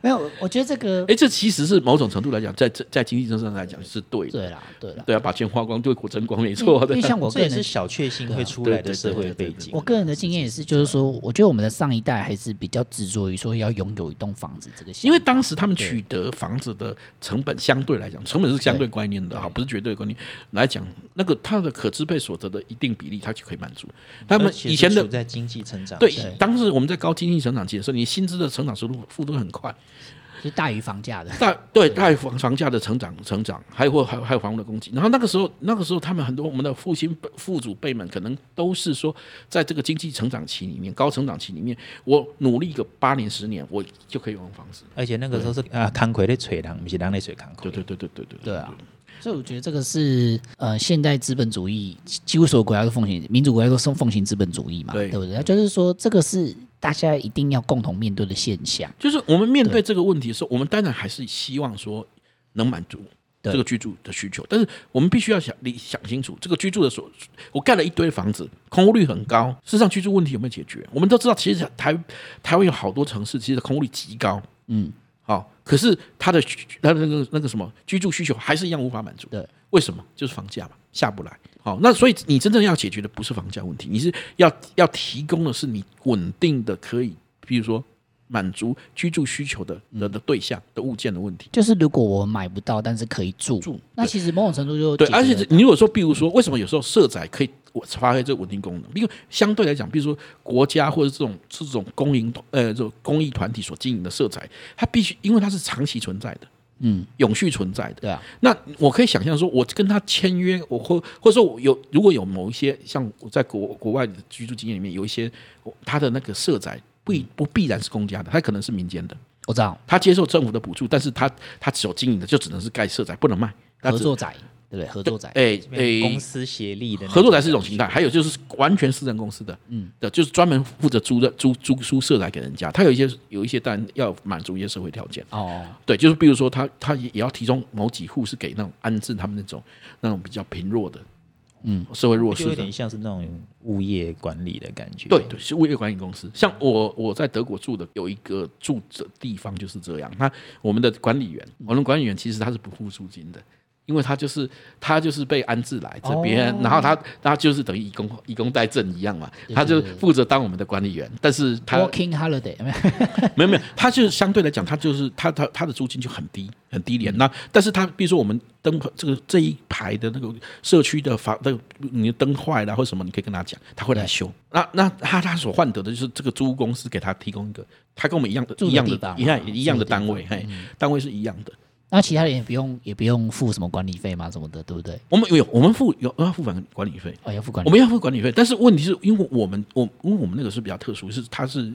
Speaker 2: 没有，我觉得这个
Speaker 3: 哎，这其实是某种程度来讲，在在在经济政策上来讲是对的，
Speaker 2: 对啦，对啦，
Speaker 3: 对啊，把钱花光对啊国争光，没
Speaker 2: 因为
Speaker 3: 错的
Speaker 2: 因为。像我
Speaker 4: 这
Speaker 2: 个
Speaker 4: 也
Speaker 2: 人
Speaker 4: 是
Speaker 2: 的
Speaker 4: 小确幸会出
Speaker 3: 对
Speaker 4: 来的
Speaker 3: 对
Speaker 4: 社
Speaker 3: 对
Speaker 4: 会
Speaker 3: 对
Speaker 4: 背
Speaker 3: 对
Speaker 4: 景。
Speaker 2: 我个人的经验也是，就是说，我觉得我们的上一代还是比较执着于说要拥有一栋房子这个想法，
Speaker 3: 因为当时他们取得房子的成本相对来讲，成本是相对观念的哈，不是绝对观念来讲，那个他的可支配所得的一定比例，他就可以满足。他
Speaker 4: 而
Speaker 3: 们
Speaker 4: 且
Speaker 3: 以
Speaker 4: 是
Speaker 3: 前的
Speaker 4: 处在经济成长
Speaker 3: 对
Speaker 4: 期，
Speaker 3: 当时我们在高经济成长期的时候，你薪资的成长速度速度很快，
Speaker 2: 是大于房价的，
Speaker 3: 大对大于房房价的成长成长，还有还有还有房屋的供给。然后那个时候那个时候他们很多我们的父亲辈父祖辈们，可能都是说，在这个经济成长期里面，高成长期里面，我努力个八年十年，我就可以拥有房子。
Speaker 4: 而且那个时候是啊，康奎在吹狼，不是狼在吹康奎。
Speaker 3: 对对对对对对
Speaker 2: 对啊。所以我觉得这个是呃，现代资本主义几几乎所有国家都奉行，民主国家都是奉行资本主义嘛，
Speaker 3: 对
Speaker 2: 不对？那就是说，这个是大家一定要共同面对的现象。
Speaker 3: 就是我们面对这个问题的时候，我们当然还是希望说能满足
Speaker 2: 对
Speaker 3: 这个居住的需求，但是我们必须要想理想清楚，这个居住的所，我盖了一堆房子，空屋率很高，事实上居住问题有没有解决？我们都知道，其实台台湾有好多城市，其实空屋率极高，
Speaker 2: 嗯，
Speaker 3: 好、可是它的需它的那个那个什么居住需求还是一样无法满足，
Speaker 2: 对，
Speaker 3: 为什么？就是房价嘛，下不来。好、那所以你真正要解决的不是房价问题，你是要要提供的是你稳定的可以，比如说满足居住需求的的的对象的物件的问题。
Speaker 2: 就是如果我买不到，但是可以住，
Speaker 3: 住
Speaker 2: 那其实某种程度就
Speaker 3: 对，
Speaker 2: 解决
Speaker 3: 而且
Speaker 2: 了
Speaker 3: 你如果说，比如说，为什么有时候社宅可以发挥这个稳定功能？因为相对来讲，比如说国家或者这种这种公营呃这种公益团体所经营的社宅，它必须因为它是长期存在的、
Speaker 2: 嗯，
Speaker 3: 永续存在的，
Speaker 2: 对啊，
Speaker 3: 那我可以想象说，我跟他签约，我或或者说我有如果有某一些像我在国国外的居住经验里面，有一些我他的那个社宅不一不必然是公家的，他可能是民间的，
Speaker 2: 我知道
Speaker 3: 他接受政府的补助，但是他他所经营的就只能是盖社宅，不能卖。他
Speaker 2: 合
Speaker 3: 只
Speaker 2: 作宅，对不对？合作宅，
Speaker 3: 哎
Speaker 4: 公
Speaker 3: 哎，
Speaker 4: 司协力的那
Speaker 3: 合作宅
Speaker 4: 种
Speaker 3: 是一种形态，还有就是完全私人公司的，嗯，的就是专门负责租的租租租社宅给人家，他有一些有一些当然要满足一些社会条件。
Speaker 2: 哦，
Speaker 3: 对，就是比如说他他也也要提供某几户是给那种安置他们那种那种比较贫弱的，嗯，社会弱势
Speaker 4: 就有
Speaker 3: 的
Speaker 4: 点。像是那种物业管理的感觉。
Speaker 3: 对对，是物业管理公司。像我我在德国住的有一个住的地方就是这样。那我们的管理员，我们管理员其实他是不付租金的，因为他就是他就是被安置来这边，然后他他就是等于以工以工代赈一样嘛，他就负责当我们的管理员，但是他
Speaker 2: Working holiday，有没有
Speaker 3: 没有没有，他就是相对来讲，他就是他他他的租金就很低很低
Speaker 2: 嗯
Speaker 3: 廉。那但是他比如说我们灯泡这个这一排的那个社区的房，那个你的灯坏了或什么，你可以跟他讲，他会来修。那那他他所换得的就是这个租屋公司给他提供一个，他跟我们一样的
Speaker 2: 住的
Speaker 3: 一样
Speaker 2: 地方
Speaker 3: 的
Speaker 2: 嘛
Speaker 3: 一样一样的
Speaker 2: 住的地
Speaker 3: 单位，嘿，单位是一样的。
Speaker 2: 那其他人也不用也不用付什么管理费嘛，什么的，对不对？
Speaker 3: 我们有我们付有要付管管理费，
Speaker 2: 哦，要付管理
Speaker 3: 我，们要付管理费，但是问题是因为我们我因为我们那个是比较特殊，是它是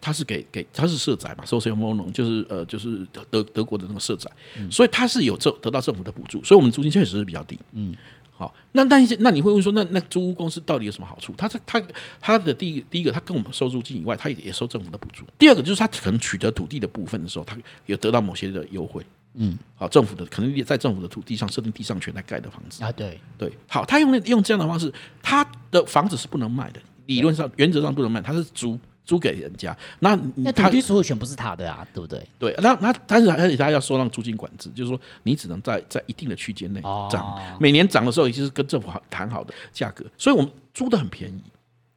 Speaker 3: 它是给给它是社宅嘛 s o c i a l m o n o 就是呃就是德德国的那个社宅，
Speaker 2: 嗯
Speaker 3: 所以它是有政得到政府的补助，所以我们租金确实是比较低。嗯，好，那那一些那你会问说，那那租屋公司到底有什么好处？它是它它的第一第一个，它跟我们收租金以外，它也也收政府的补助。第二个就是它可能取得土地的部分的时候，它有得到某些的优惠。
Speaker 2: 嗯，
Speaker 3: 好，政府的可能也在政府的土地上设定地上权来盖的房子。
Speaker 2: 啊，对，
Speaker 3: 对，好，他用那用这样的方式，他的房子是不能卖的，理论上原则上不能卖，他是租租给人家。那
Speaker 2: 那土
Speaker 3: 嗯他
Speaker 2: 地所有权不是他的啊，对不对？
Speaker 3: 对，那那但是而且他要受让租金管制，就是说你只能在在一定的区间内
Speaker 2: 哦
Speaker 3: 涨，每年涨的时候也就是跟政府好谈好的价格，所以我们租的很便宜。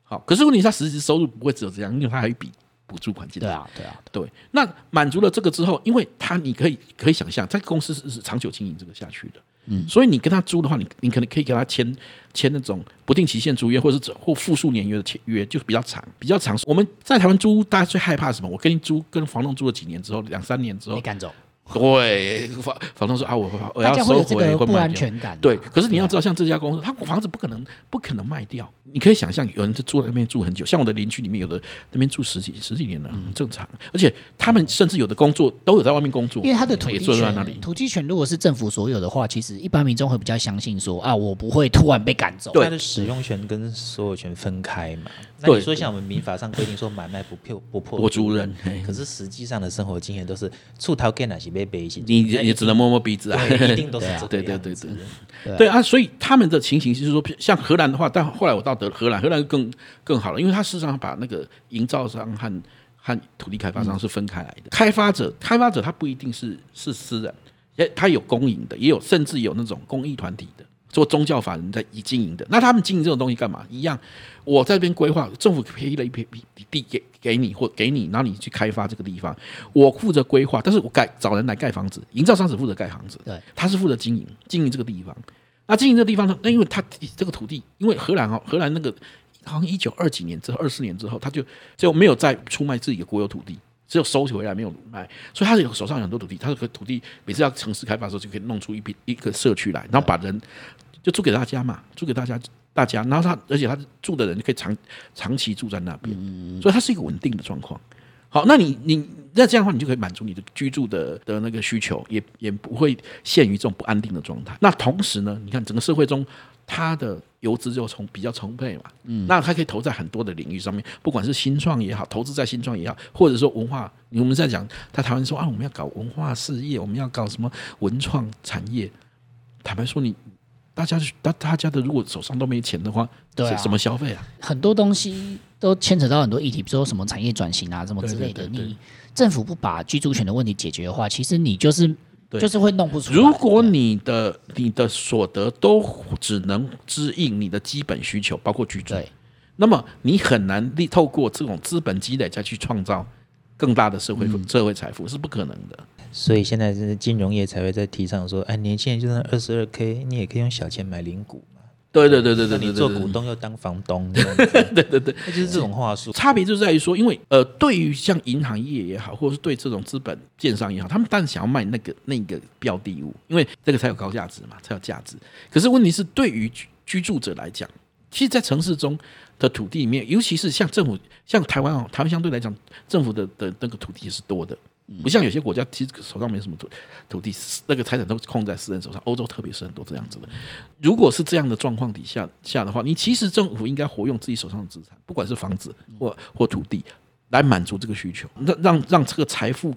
Speaker 3: 好，可是问题是他实际收入不会只有这样，因为他还有一笔补助款进来。
Speaker 2: 对啊，对啊，
Speaker 3: 对，那满足了这个之后，因为他你可以可以想象，这个公司是是长久经营这个下去的，嗯，所以你跟他租的话，你你可能可以跟他签签那种不定期限租约，或者是或复数年约的签约，就比较长，比较长。我们在台湾租，大家最害怕什么？我跟你租，跟房东租了几年之后，两三年之后
Speaker 2: 被，赶走，
Speaker 3: 对，房房东说啊，我我
Speaker 2: 大
Speaker 3: 要
Speaker 2: 家会
Speaker 3: 收
Speaker 2: 有这
Speaker 3: 回，
Speaker 2: 个
Speaker 3: 会
Speaker 2: 不
Speaker 3: 卖
Speaker 2: 安
Speaker 3: 掉。
Speaker 2: 全感啊、
Speaker 3: 对，可是你要知
Speaker 2: 道，
Speaker 3: 道，像这家公司，它房子不可能不可能卖掉。你可以想象，有人就住在那边住很久，像我的邻居里面有的那边住十几十几年了，很正常。而且他们甚至有的工作都有在外面工作，
Speaker 2: 因为他的土
Speaker 3: 也
Speaker 2: 地
Speaker 3: 坐在那里
Speaker 2: 权，。土地权如果是政府所有的话，其实一般民众会比较相信说啊，我不会突然被赶走。
Speaker 4: 它的使用权跟所有权分开嘛。那
Speaker 3: 对
Speaker 4: 你说像我们民法上规定说买卖不破不破
Speaker 3: 我族人嘿
Speaker 4: 可是实际上的生活经验都是出头给哪些被背起，
Speaker 3: 你你只能摸摸鼻子啊，
Speaker 4: 对一定 都是这个
Speaker 3: 对对
Speaker 4: 样
Speaker 3: 对
Speaker 4: 子
Speaker 3: 对。对啊，所以他们的情形就是说，像荷兰的话，但后来我到德荷兰，荷兰更更好了，因为它事实上把那个营造商和和土地开发商是分开来的。开发者，开发者他不一定是是私人，也他有公营的，也有甚至有那种公益团体的，做宗教法人在以经营的。那他们经营这种东西干嘛？一样，我在这边规划，政府批了一片地给给你或给你，然后你去开发这个地方，我负责规划，但是我盖找人来盖房子，营造商只负责盖房子，
Speaker 2: 对，
Speaker 3: 他是负责经营经营这个地方。那经营这个地方呢？那因为他这个土地，因为荷兰哦，荷兰那个好像一九二几年之后，二四年之后，他就就没有再出卖自己的国有土地，只有收回来没有卖，所以他有手上有很多土地，他的土地每次要城市开发的时候，就可以弄出一批一个社区来，然后把人就租给大家嘛，租给大家大家，然后他而且他住的人就可以长长期住在那边，
Speaker 2: 嗯
Speaker 3: 所以它是一个稳定的状况。好，那你你那这样的话，你就可以满足你的居住的的那个需求，也也不会陷于这种不安定的状态。那同时呢，你看整个社会中，它的游资就充比较充沛嘛，嗯，那它可以投在很多的领域上面，不管是新创也好，投资在新创也好，或者说文化，我们在讲在台湾说啊，我们要搞文化事业，我们要搞什么文创产业。坦白说你，大家大大家的如果手上都没钱的话，
Speaker 2: 对啊
Speaker 3: 是怎么消费啊？
Speaker 2: 很多东西都牵扯到很多议题，比如说什么产业转型啊，什么之类的。
Speaker 3: 对对对对
Speaker 2: 你政府不把居住权的问题解决的话，其实你就是
Speaker 3: 对
Speaker 2: 就是会弄不出来。
Speaker 3: 如果
Speaker 2: 对
Speaker 3: 你的你的所得都只能支应你的基本需求，包括居住，
Speaker 2: 对
Speaker 3: 那么你很难利透过这种资本积累再去创造更大的社会、
Speaker 4: 嗯
Speaker 3: 社会财富是不可能的。
Speaker 4: 所以现在是金融业才会在提倡说，哎，年轻人就算二十二 k，你也可以用小钱买零股嘛。
Speaker 3: 对对对对
Speaker 4: 那
Speaker 3: 对对，
Speaker 4: 你
Speaker 3: 对
Speaker 4: 做
Speaker 3: 对
Speaker 4: 股东又当房 东，这样子
Speaker 3: 对对对，
Speaker 4: 那就是这种话术。
Speaker 3: 差别就在于说，因为呃，对于像银行业也好，或者是对这种资本建商也好，他们当然想要卖那个那个标的物，因为这个才有高价值嘛，才有价值。可是问题是，对于居居住者来讲，其实，在城市中的土地里面，尤其是像政府，像台湾哦，台湾相对来讲，政府的的那个土地也是多的，不像有些国家其实手上没什么土土地，那个财产都控在私人手上。欧洲特别是很多这样子的。如果是这样的状况底下下的话，你其实政府应该活用自己手上的资产，不管是房子或或土地，来满足这个需求，让让让这个财富。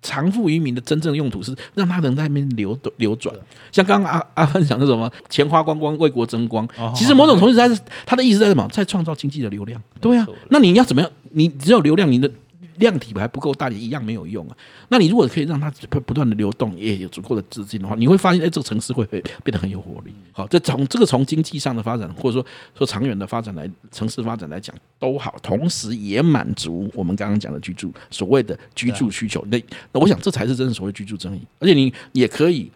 Speaker 3: 藏富于民的真正用途是让它能在那边流流转，像刚刚阿阿芬讲的什么钱花光光为国争光，其实某种程度上它是他的意思在什么？在创造经济的流量。对啊，那你要怎么样？你只有流量，你的量体还不够大，你一样没有用啊。那你如果可以让它不不断的流动，也有足够的资金的话，你会发现，哎，这个城市会会变得很有活力。好，这从这个从经济上的发展，或者说说长远的发展来，城市发展来讲都好，同时也满足我们刚刚讲的居住所谓的居住需求。那那我想这才是真正所谓居住正义，而且你也可以。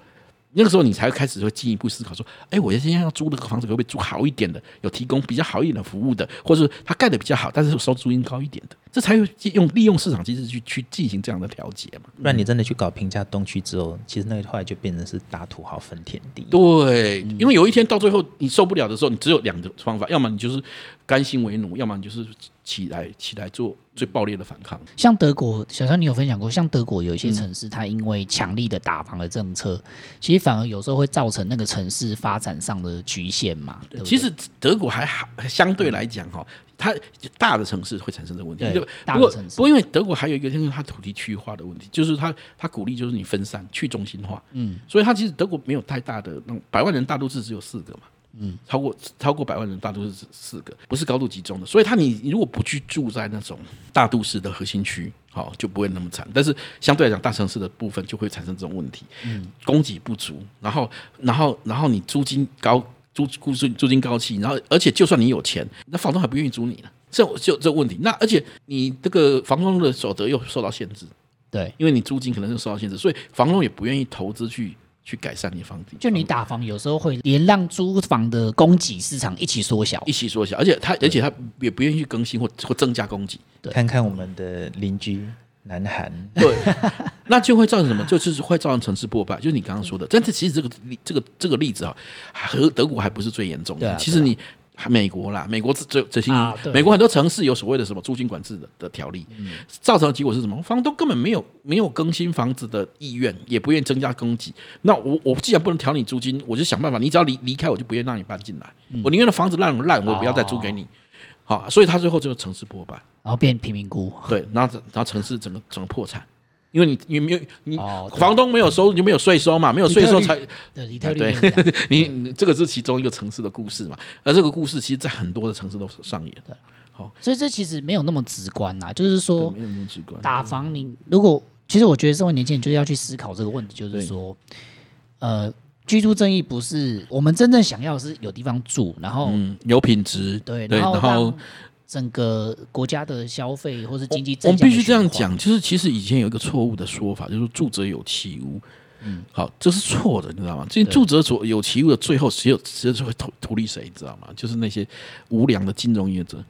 Speaker 3: 那个时候你才开始会进一步思考说，哎，我现在要租这个房子，可不可以租好一点的，有提供比较好一点的服务的，或者是它盖的比较好，但是收租金高一点的，这才有用利用市场机制去去进行这样的调节嘛。
Speaker 4: 不然你真的去搞平价东区之后，其实那后来就变成是打土豪分田地。
Speaker 3: 对，嗯因为有一天到最后你受不了的时候，你只有两种方法，要么你就是甘心为奴，要么你就是起来起来做最暴烈的反抗。
Speaker 2: 像德国，小川你有分享过，像德国有一些城市，它因为强力的打房的政策，其实反而有时候会造成那个城市发展上的局限嘛。对不对嗯
Speaker 3: 其实德国还好，相对来讲哈、它大的城市会产生这个问题。
Speaker 2: 对
Speaker 3: 就
Speaker 2: 大
Speaker 3: 不
Speaker 2: 的
Speaker 3: 过
Speaker 2: 城市
Speaker 3: 不过因为德国还有一个就是它土地区域化的问题，就是它它鼓励就是你分散去中心化，嗯，所以它其实德国没有太大的那种百万人大都市只有四个嘛。嗯，超过超过百万人大都市是四个，不是高度集中的，所以它你你如果不去住在那种大都市的核心区，好、就不会那么惨。但是相对来讲，大城市的部分就会产生这种问题，嗯，供给不足，然后然后然后你租金高，租租租租金高企，然后而且就算你有钱，那房东还不愿意租你呢，这就这问题。那而且你这个房东的所得又受到限制，
Speaker 2: 对，
Speaker 3: 因为你租金可能是受到限制，所以房东也不愿意投资去去改善你房地，
Speaker 2: 就你打房有时候会连让租房的供给市场一起缩小
Speaker 3: 一。起缩小，而且他而且他也不愿意去更新或或增加供给。
Speaker 2: 对
Speaker 4: 看看我们的邻居南韩，
Speaker 3: 对，那就会造成什么？就是会造成城市破败，就是你刚刚说的。但是其实这个例这个这个例子啊，和德国还不是最严重的。
Speaker 2: 对啊
Speaker 3: 其实你。美国啦，美国这这些
Speaker 2: 啊对嗯
Speaker 3: 美国很多城市有所谓的什么租金管制的的条例，造成的结果是什么？房东根本没有没有更新房子的意愿，也不愿意增加供给。那我我既然不能调你租金，我就想办法，你只要离离开，我就不愿意让你搬进来。
Speaker 2: 嗯
Speaker 3: 我宁愿房子烂烂，我也不要再租给
Speaker 2: 哦
Speaker 3: 你。好，所以他最后就是城市破败。
Speaker 2: 然后变贫民窟，
Speaker 3: 对，然后然后城市整个整个破产，因为你你没有你
Speaker 2: 哦对
Speaker 3: 房东没有收入，你就没有税收嘛，没有税收才哎
Speaker 2: 对，底特律
Speaker 3: 对
Speaker 2: 也是这样，
Speaker 3: 你你这个是其中一个城市的故事嘛，而这个故事其实在很多的城市都上演，
Speaker 2: 所以这其实没有那么直观啦，就是说
Speaker 3: 没有那么直观。
Speaker 2: 打房你如果其实我觉得身为年轻人就是要去思考这个问题，就是说，呃，居住正义不是我们真正想要的是有地方住，然后、
Speaker 3: 嗯，有品质，
Speaker 2: 对，
Speaker 3: 对，
Speaker 2: 然后
Speaker 3: 然后
Speaker 2: 让整个国家的消费或是经济
Speaker 3: 我
Speaker 2: 正
Speaker 3: 们
Speaker 2: 向
Speaker 3: 必
Speaker 2: 的
Speaker 3: 须这样
Speaker 2: 循环，
Speaker 3: 讲，就是其实以前有一个错误的说法，就是说住者有其屋。嗯，好，这是错的，你知道吗？这住者所有其屋的最后，只有只有会图图利谁，你知道吗？就是那些无良的金融业者。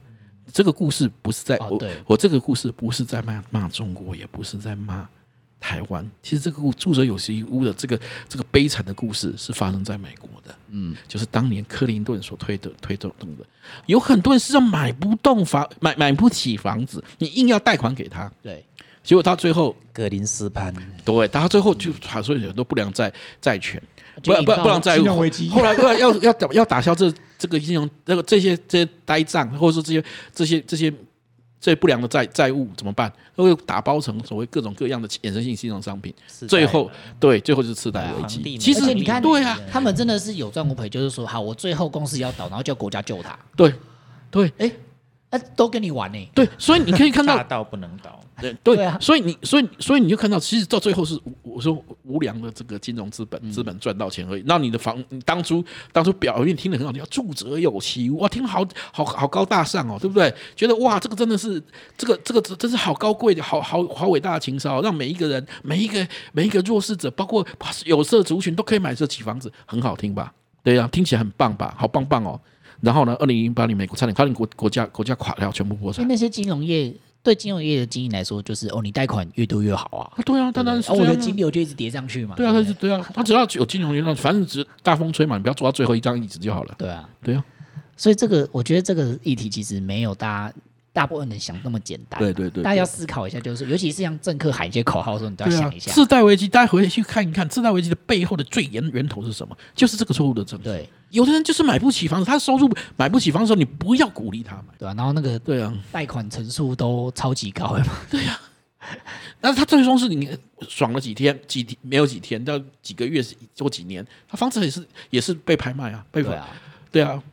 Speaker 3: 这个故事不是在、
Speaker 2: 哦
Speaker 3: 我
Speaker 2: 对，
Speaker 3: 我这个故事不是在骂骂中国，也不是在骂台湾。其实这个故住者有其屋的这个这个悲惨的故事是发生在美国的，嗯，就是当年克林顿所推的推动动的，有很多人是要买不动房，买买不起房子，你硬要贷款给他，
Speaker 2: 对，
Speaker 3: 结果他最后
Speaker 4: 格林斯潘，
Speaker 3: 对，他最后就还说有很多不良债债权，不
Speaker 2: 就引
Speaker 3: 不
Speaker 2: 爆
Speaker 3: 不良债务
Speaker 5: 金融危机
Speaker 3: 后来要要要要打消这这个金融这个这些这些呆账，或者说这些这些这些这些不良的债债务怎么办？都会打包成所谓各种各样的衍生性金融商品，
Speaker 4: 世代
Speaker 3: 最后对最后就是次贷危
Speaker 4: 房地嘛
Speaker 3: 机。其
Speaker 2: 而且
Speaker 3: 实
Speaker 2: 你看
Speaker 3: 对啊，
Speaker 2: 他们真的是有赚无赔，就是说，好，我最后公司也要倒，然后叫国家救他，
Speaker 3: 对对
Speaker 2: 哎、都跟你玩呢、
Speaker 3: 对，所以你可以看到
Speaker 4: 大到不能倒，
Speaker 3: 对对
Speaker 2: 对啊
Speaker 3: 所以你所以所以你就看到，其实到最后是无我说无良的这个金融资本，资本赚到钱而已。那你的房，你当初当初表面听得很好，你要住者有其屋，哇，听好好好高大上哦，对不对？觉得哇，这个真的是这个这个真是好高贵的，好好好伟大的情哦操，让每一个人每一个每一个弱势者，包括有色族群都可以买得起房子，很好听吧？对呀、啊，听起来很棒吧？好棒棒哦。然后呢？二零零八年，美国差点差点国国家国家垮掉，全部破
Speaker 2: 因
Speaker 3: 产
Speaker 2: 为。那些金融业对金融业的经营来说，就是哦，你贷款越多越好啊，
Speaker 3: 啊对啊，当然是
Speaker 2: 哦，
Speaker 3: 这
Speaker 2: 我的
Speaker 3: 样啊
Speaker 2: 金流就一直叠上去嘛，
Speaker 3: 对啊，
Speaker 2: 不
Speaker 3: 他是对啊，他只要有金融流量，反正只大风吹嘛，你不要坐到最后一张椅子就好了。
Speaker 2: 对啊，
Speaker 3: 对啊，
Speaker 2: 所以这个我觉得这个议题其实没有大家大部分人想那么简单啊、
Speaker 3: 对对对
Speaker 2: 大家要思考一下，就是尤其是像政客喊一些口号的时候，你都要
Speaker 3: 对啊
Speaker 2: 想一，下。
Speaker 3: 次贷危机，大家回去看一看，次贷危机的背后的最源源头是什么？就是这个错误的政策。
Speaker 2: 对
Speaker 3: 有的人就是买不起房子，他收入买不起房子的时候，你不要鼓励他买。
Speaker 2: 对啊，然后那个
Speaker 3: 对啊，
Speaker 2: 贷款成数都超级高的嘛，
Speaker 3: 但是他最终是你爽了几天，几天没有几天，到几个月或几年，他房子也是也是被拍卖啊，被
Speaker 2: 对啊，
Speaker 3: 对啊，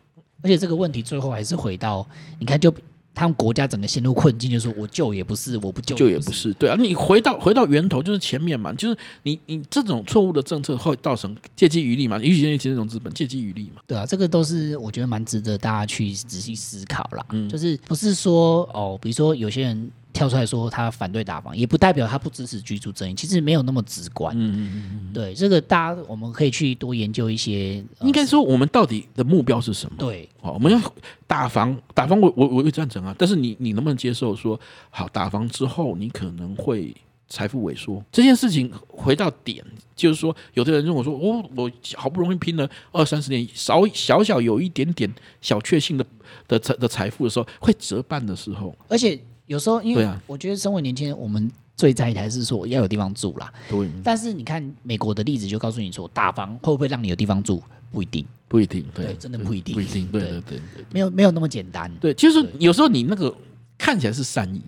Speaker 2: 而且这个问题最后还是回到，你看就他们国家整个陷入困境，就是说我救也不是，我不救
Speaker 3: 就也
Speaker 2: 也
Speaker 3: 不
Speaker 2: 不，
Speaker 3: 是对啊。你回到回到源头，就是前面嘛，就是你你这种错误的政策会造成借机渔利嘛，尤其是金融资本借机渔利嘛。
Speaker 2: 对啊，这个都是我觉得蛮值得大家去仔细思考啦。
Speaker 3: 嗯
Speaker 2: 就是不是说哦，比如说有些人跳出来说他反对打房，也不代表他不支持居住正义，其实没有那么直观。
Speaker 3: 嗯
Speaker 2: 对，这个大家我们可以去多研究一些，呃
Speaker 3: 应该说，我们到底的目标是什么？
Speaker 2: 对
Speaker 3: 好，我们要打房，打房我我我也赞成啊，但是你你能不能接受说，好打房之后你可能会财富萎缩这件事情？回到点，就是说，有的人认为说，哦，我好不容易拼了二三十年，少小小有一点点小确幸的的财的财富的时候，会折半的时候，
Speaker 2: 而且有时候因
Speaker 3: 对
Speaker 2: 为
Speaker 3: 啊
Speaker 2: 我觉得身为年轻人，我们最在意的还是说要有地方住啦。
Speaker 3: 对，
Speaker 2: 但是你看美国的例子就告诉你说，打房会不会让你有地方住，不一定，
Speaker 3: 不一定，对
Speaker 2: 对，真的不一定，
Speaker 3: 不一定，对
Speaker 2: 对
Speaker 3: 对对对
Speaker 2: 没有没有那么简单。
Speaker 3: 对，就是有时候你那个看起来是善意，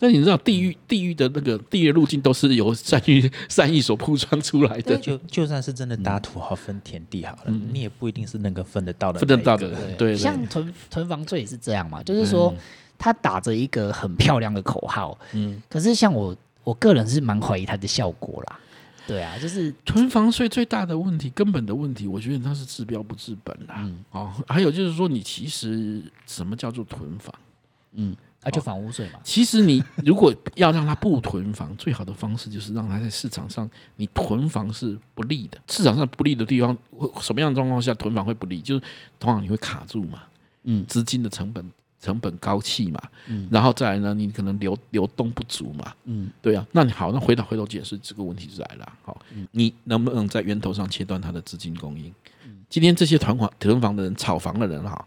Speaker 3: 但你知道地
Speaker 2: 嗯
Speaker 3: 狱地狱的那个地狱的路径都是由善意善意所铺装出来的，
Speaker 4: 就就算是真的打土豪分田地好了，
Speaker 3: 嗯
Speaker 4: 你也不一定是能够分得到的那
Speaker 3: 不
Speaker 4: 一个，
Speaker 3: 正道的人，对，嗯对
Speaker 2: 像囤囤房税也是这样嘛，就是说他打着一个很漂亮的口号，嗯，可是像我我个人是蛮怀疑它的效果啦。对啊，就是
Speaker 3: 囤房税最大的问题，根本的问题，我觉得它是治标不治本啦、
Speaker 2: 嗯
Speaker 3: 哦，还有就是说，你其实什么叫做囤房？嗯
Speaker 2: 啊，就房屋税嘛，
Speaker 3: 其实你如果要让它不囤房，最好的方式就是让它在市场上，你囤房是不利的。市场上不利的地方，会什么样的状况下囤房会不利？就是通常你会卡住嘛，
Speaker 2: 嗯
Speaker 3: 资金的成本成本高企嘛，嗯，然后再来呢，你可能流流动不足嘛，嗯，对啊，那你好，那回到回头解释这个问题是来了，啊好，你能不能在源头上切断它的资金供应？今天这些团房、囤房的人、炒房的人哈，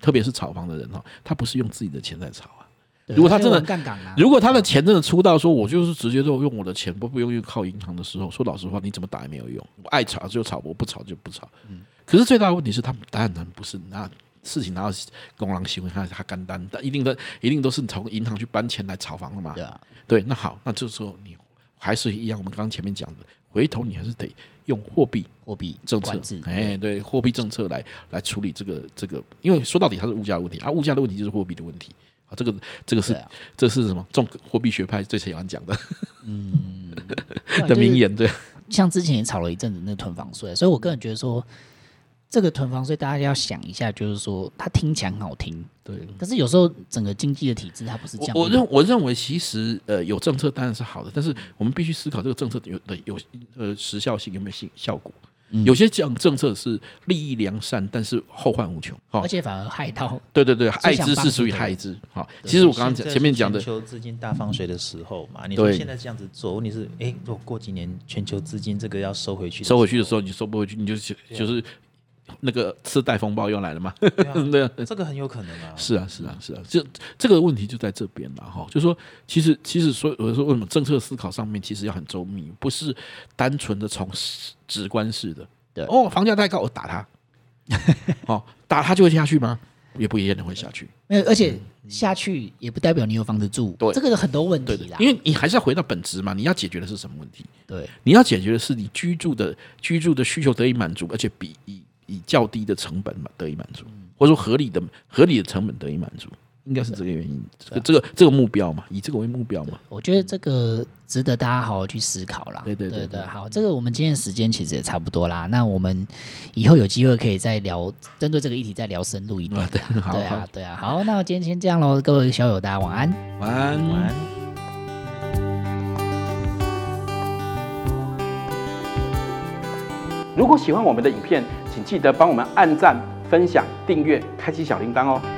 Speaker 3: 特别是炒房的人哈，他不是用自己的钱在炒啊。
Speaker 2: 对
Speaker 3: 如果他真的
Speaker 2: 而且我很杠杆啊，
Speaker 3: 如果他的钱真的出到说，我就是直接就用我的钱，不不用用靠银行的时候，说老实话，你怎么打也没有用。我爱炒就炒，我不炒就不炒。可是最大的问题是，他们当然不是那事情哪有公然行为，他他干单，但一定的一定都是从银行去搬钱来炒房的嘛。
Speaker 2: 对啊，
Speaker 3: 对，那好，那这时候你还是一样，我们刚刚前面讲的，回头你还是得用货币
Speaker 2: 货币
Speaker 3: 政策
Speaker 2: 管制，，
Speaker 3: 哎，对，货币政策来来处理这个这个，因为说到底它是物价的问题啊，物价的问题就是货币的问题啊，这个这个是、
Speaker 2: 对啊
Speaker 3: 这是什么？重货币学派最喜欢讲的
Speaker 2: 不然啊
Speaker 3: 的
Speaker 2: 就是
Speaker 3: 名言，对，
Speaker 2: 像之前也炒了一阵子那个囤房税，所以我个人觉得说，这个囤房税大家要想一下，就是说它听起来很好听，
Speaker 3: 对。
Speaker 2: 可是有时候整个经济的体制它不是这样的。
Speaker 3: 我我认我认为，其实呃有政策当然是好的，但是我们必须思考这个政策有的有呃时效性有没有性效果。
Speaker 2: 嗯
Speaker 3: 有些讲政策是利益良善，但是后患无穷。好、
Speaker 2: 而且反而害到
Speaker 3: 对对对，爱
Speaker 2: 想
Speaker 3: 之
Speaker 2: 帮
Speaker 3: 是
Speaker 2: 助
Speaker 3: 属于
Speaker 2: 的
Speaker 3: 害之。好、其实我刚刚
Speaker 4: 现
Speaker 3: 讲
Speaker 4: 在
Speaker 3: 前面
Speaker 4: 是
Speaker 3: 讲的
Speaker 4: 全球资金大放水的时候嘛，你说
Speaker 3: 对
Speaker 4: 现在这样子做，问题是，哎，如果过几年全球资金这个要收回去，
Speaker 3: 收回去的时候，你收不回去，你就就是那个次贷风暴又来了嘛。
Speaker 4: 对啊
Speaker 3: 对啊，
Speaker 4: 这个很有可能啊。
Speaker 3: 是啊，是啊，是啊，这这个问题就在这边了哈。就是说，其实其实所以我说为什么政策思考上面其实要很周密，不是单纯的从直观式的。
Speaker 2: 对
Speaker 3: 哦，房价太高，我打他。哦，打他就会下去吗？也不一定会下去。
Speaker 2: 没有，而且下去也不代表你有房子住，
Speaker 3: 嗯对
Speaker 2: 这个有很多问题
Speaker 3: 对的
Speaker 2: 啦。，
Speaker 3: 因为你还是要回到本质嘛。你要解决的是什么问题？
Speaker 2: 对
Speaker 3: 你要解决的是你居住的居住的需求得以满足，而且比以以较低的成本嘛得以满足，或者说合理的合理的成本得以满足，应该是这个原因，这个这个这个目标嘛，以这个为目标嘛。
Speaker 2: 我觉得这个值得大家好好去思考啦。
Speaker 3: 对对
Speaker 2: 对
Speaker 3: 对对
Speaker 2: 好，这个我们今天的时间其实也差不多啦。那我们以后有机会可以再聊，针对这个议题再聊深入一点啦。
Speaker 3: 对嗯好
Speaker 2: 对啊
Speaker 3: 好，
Speaker 2: 对啊。好，那我今天先这样喽，各位小友，大家晚安。
Speaker 3: 晚安，
Speaker 4: 晚安。
Speaker 1: 如果喜欢我们的影片，请记得帮我们按赞、分享、订阅、开启小铃铛哦。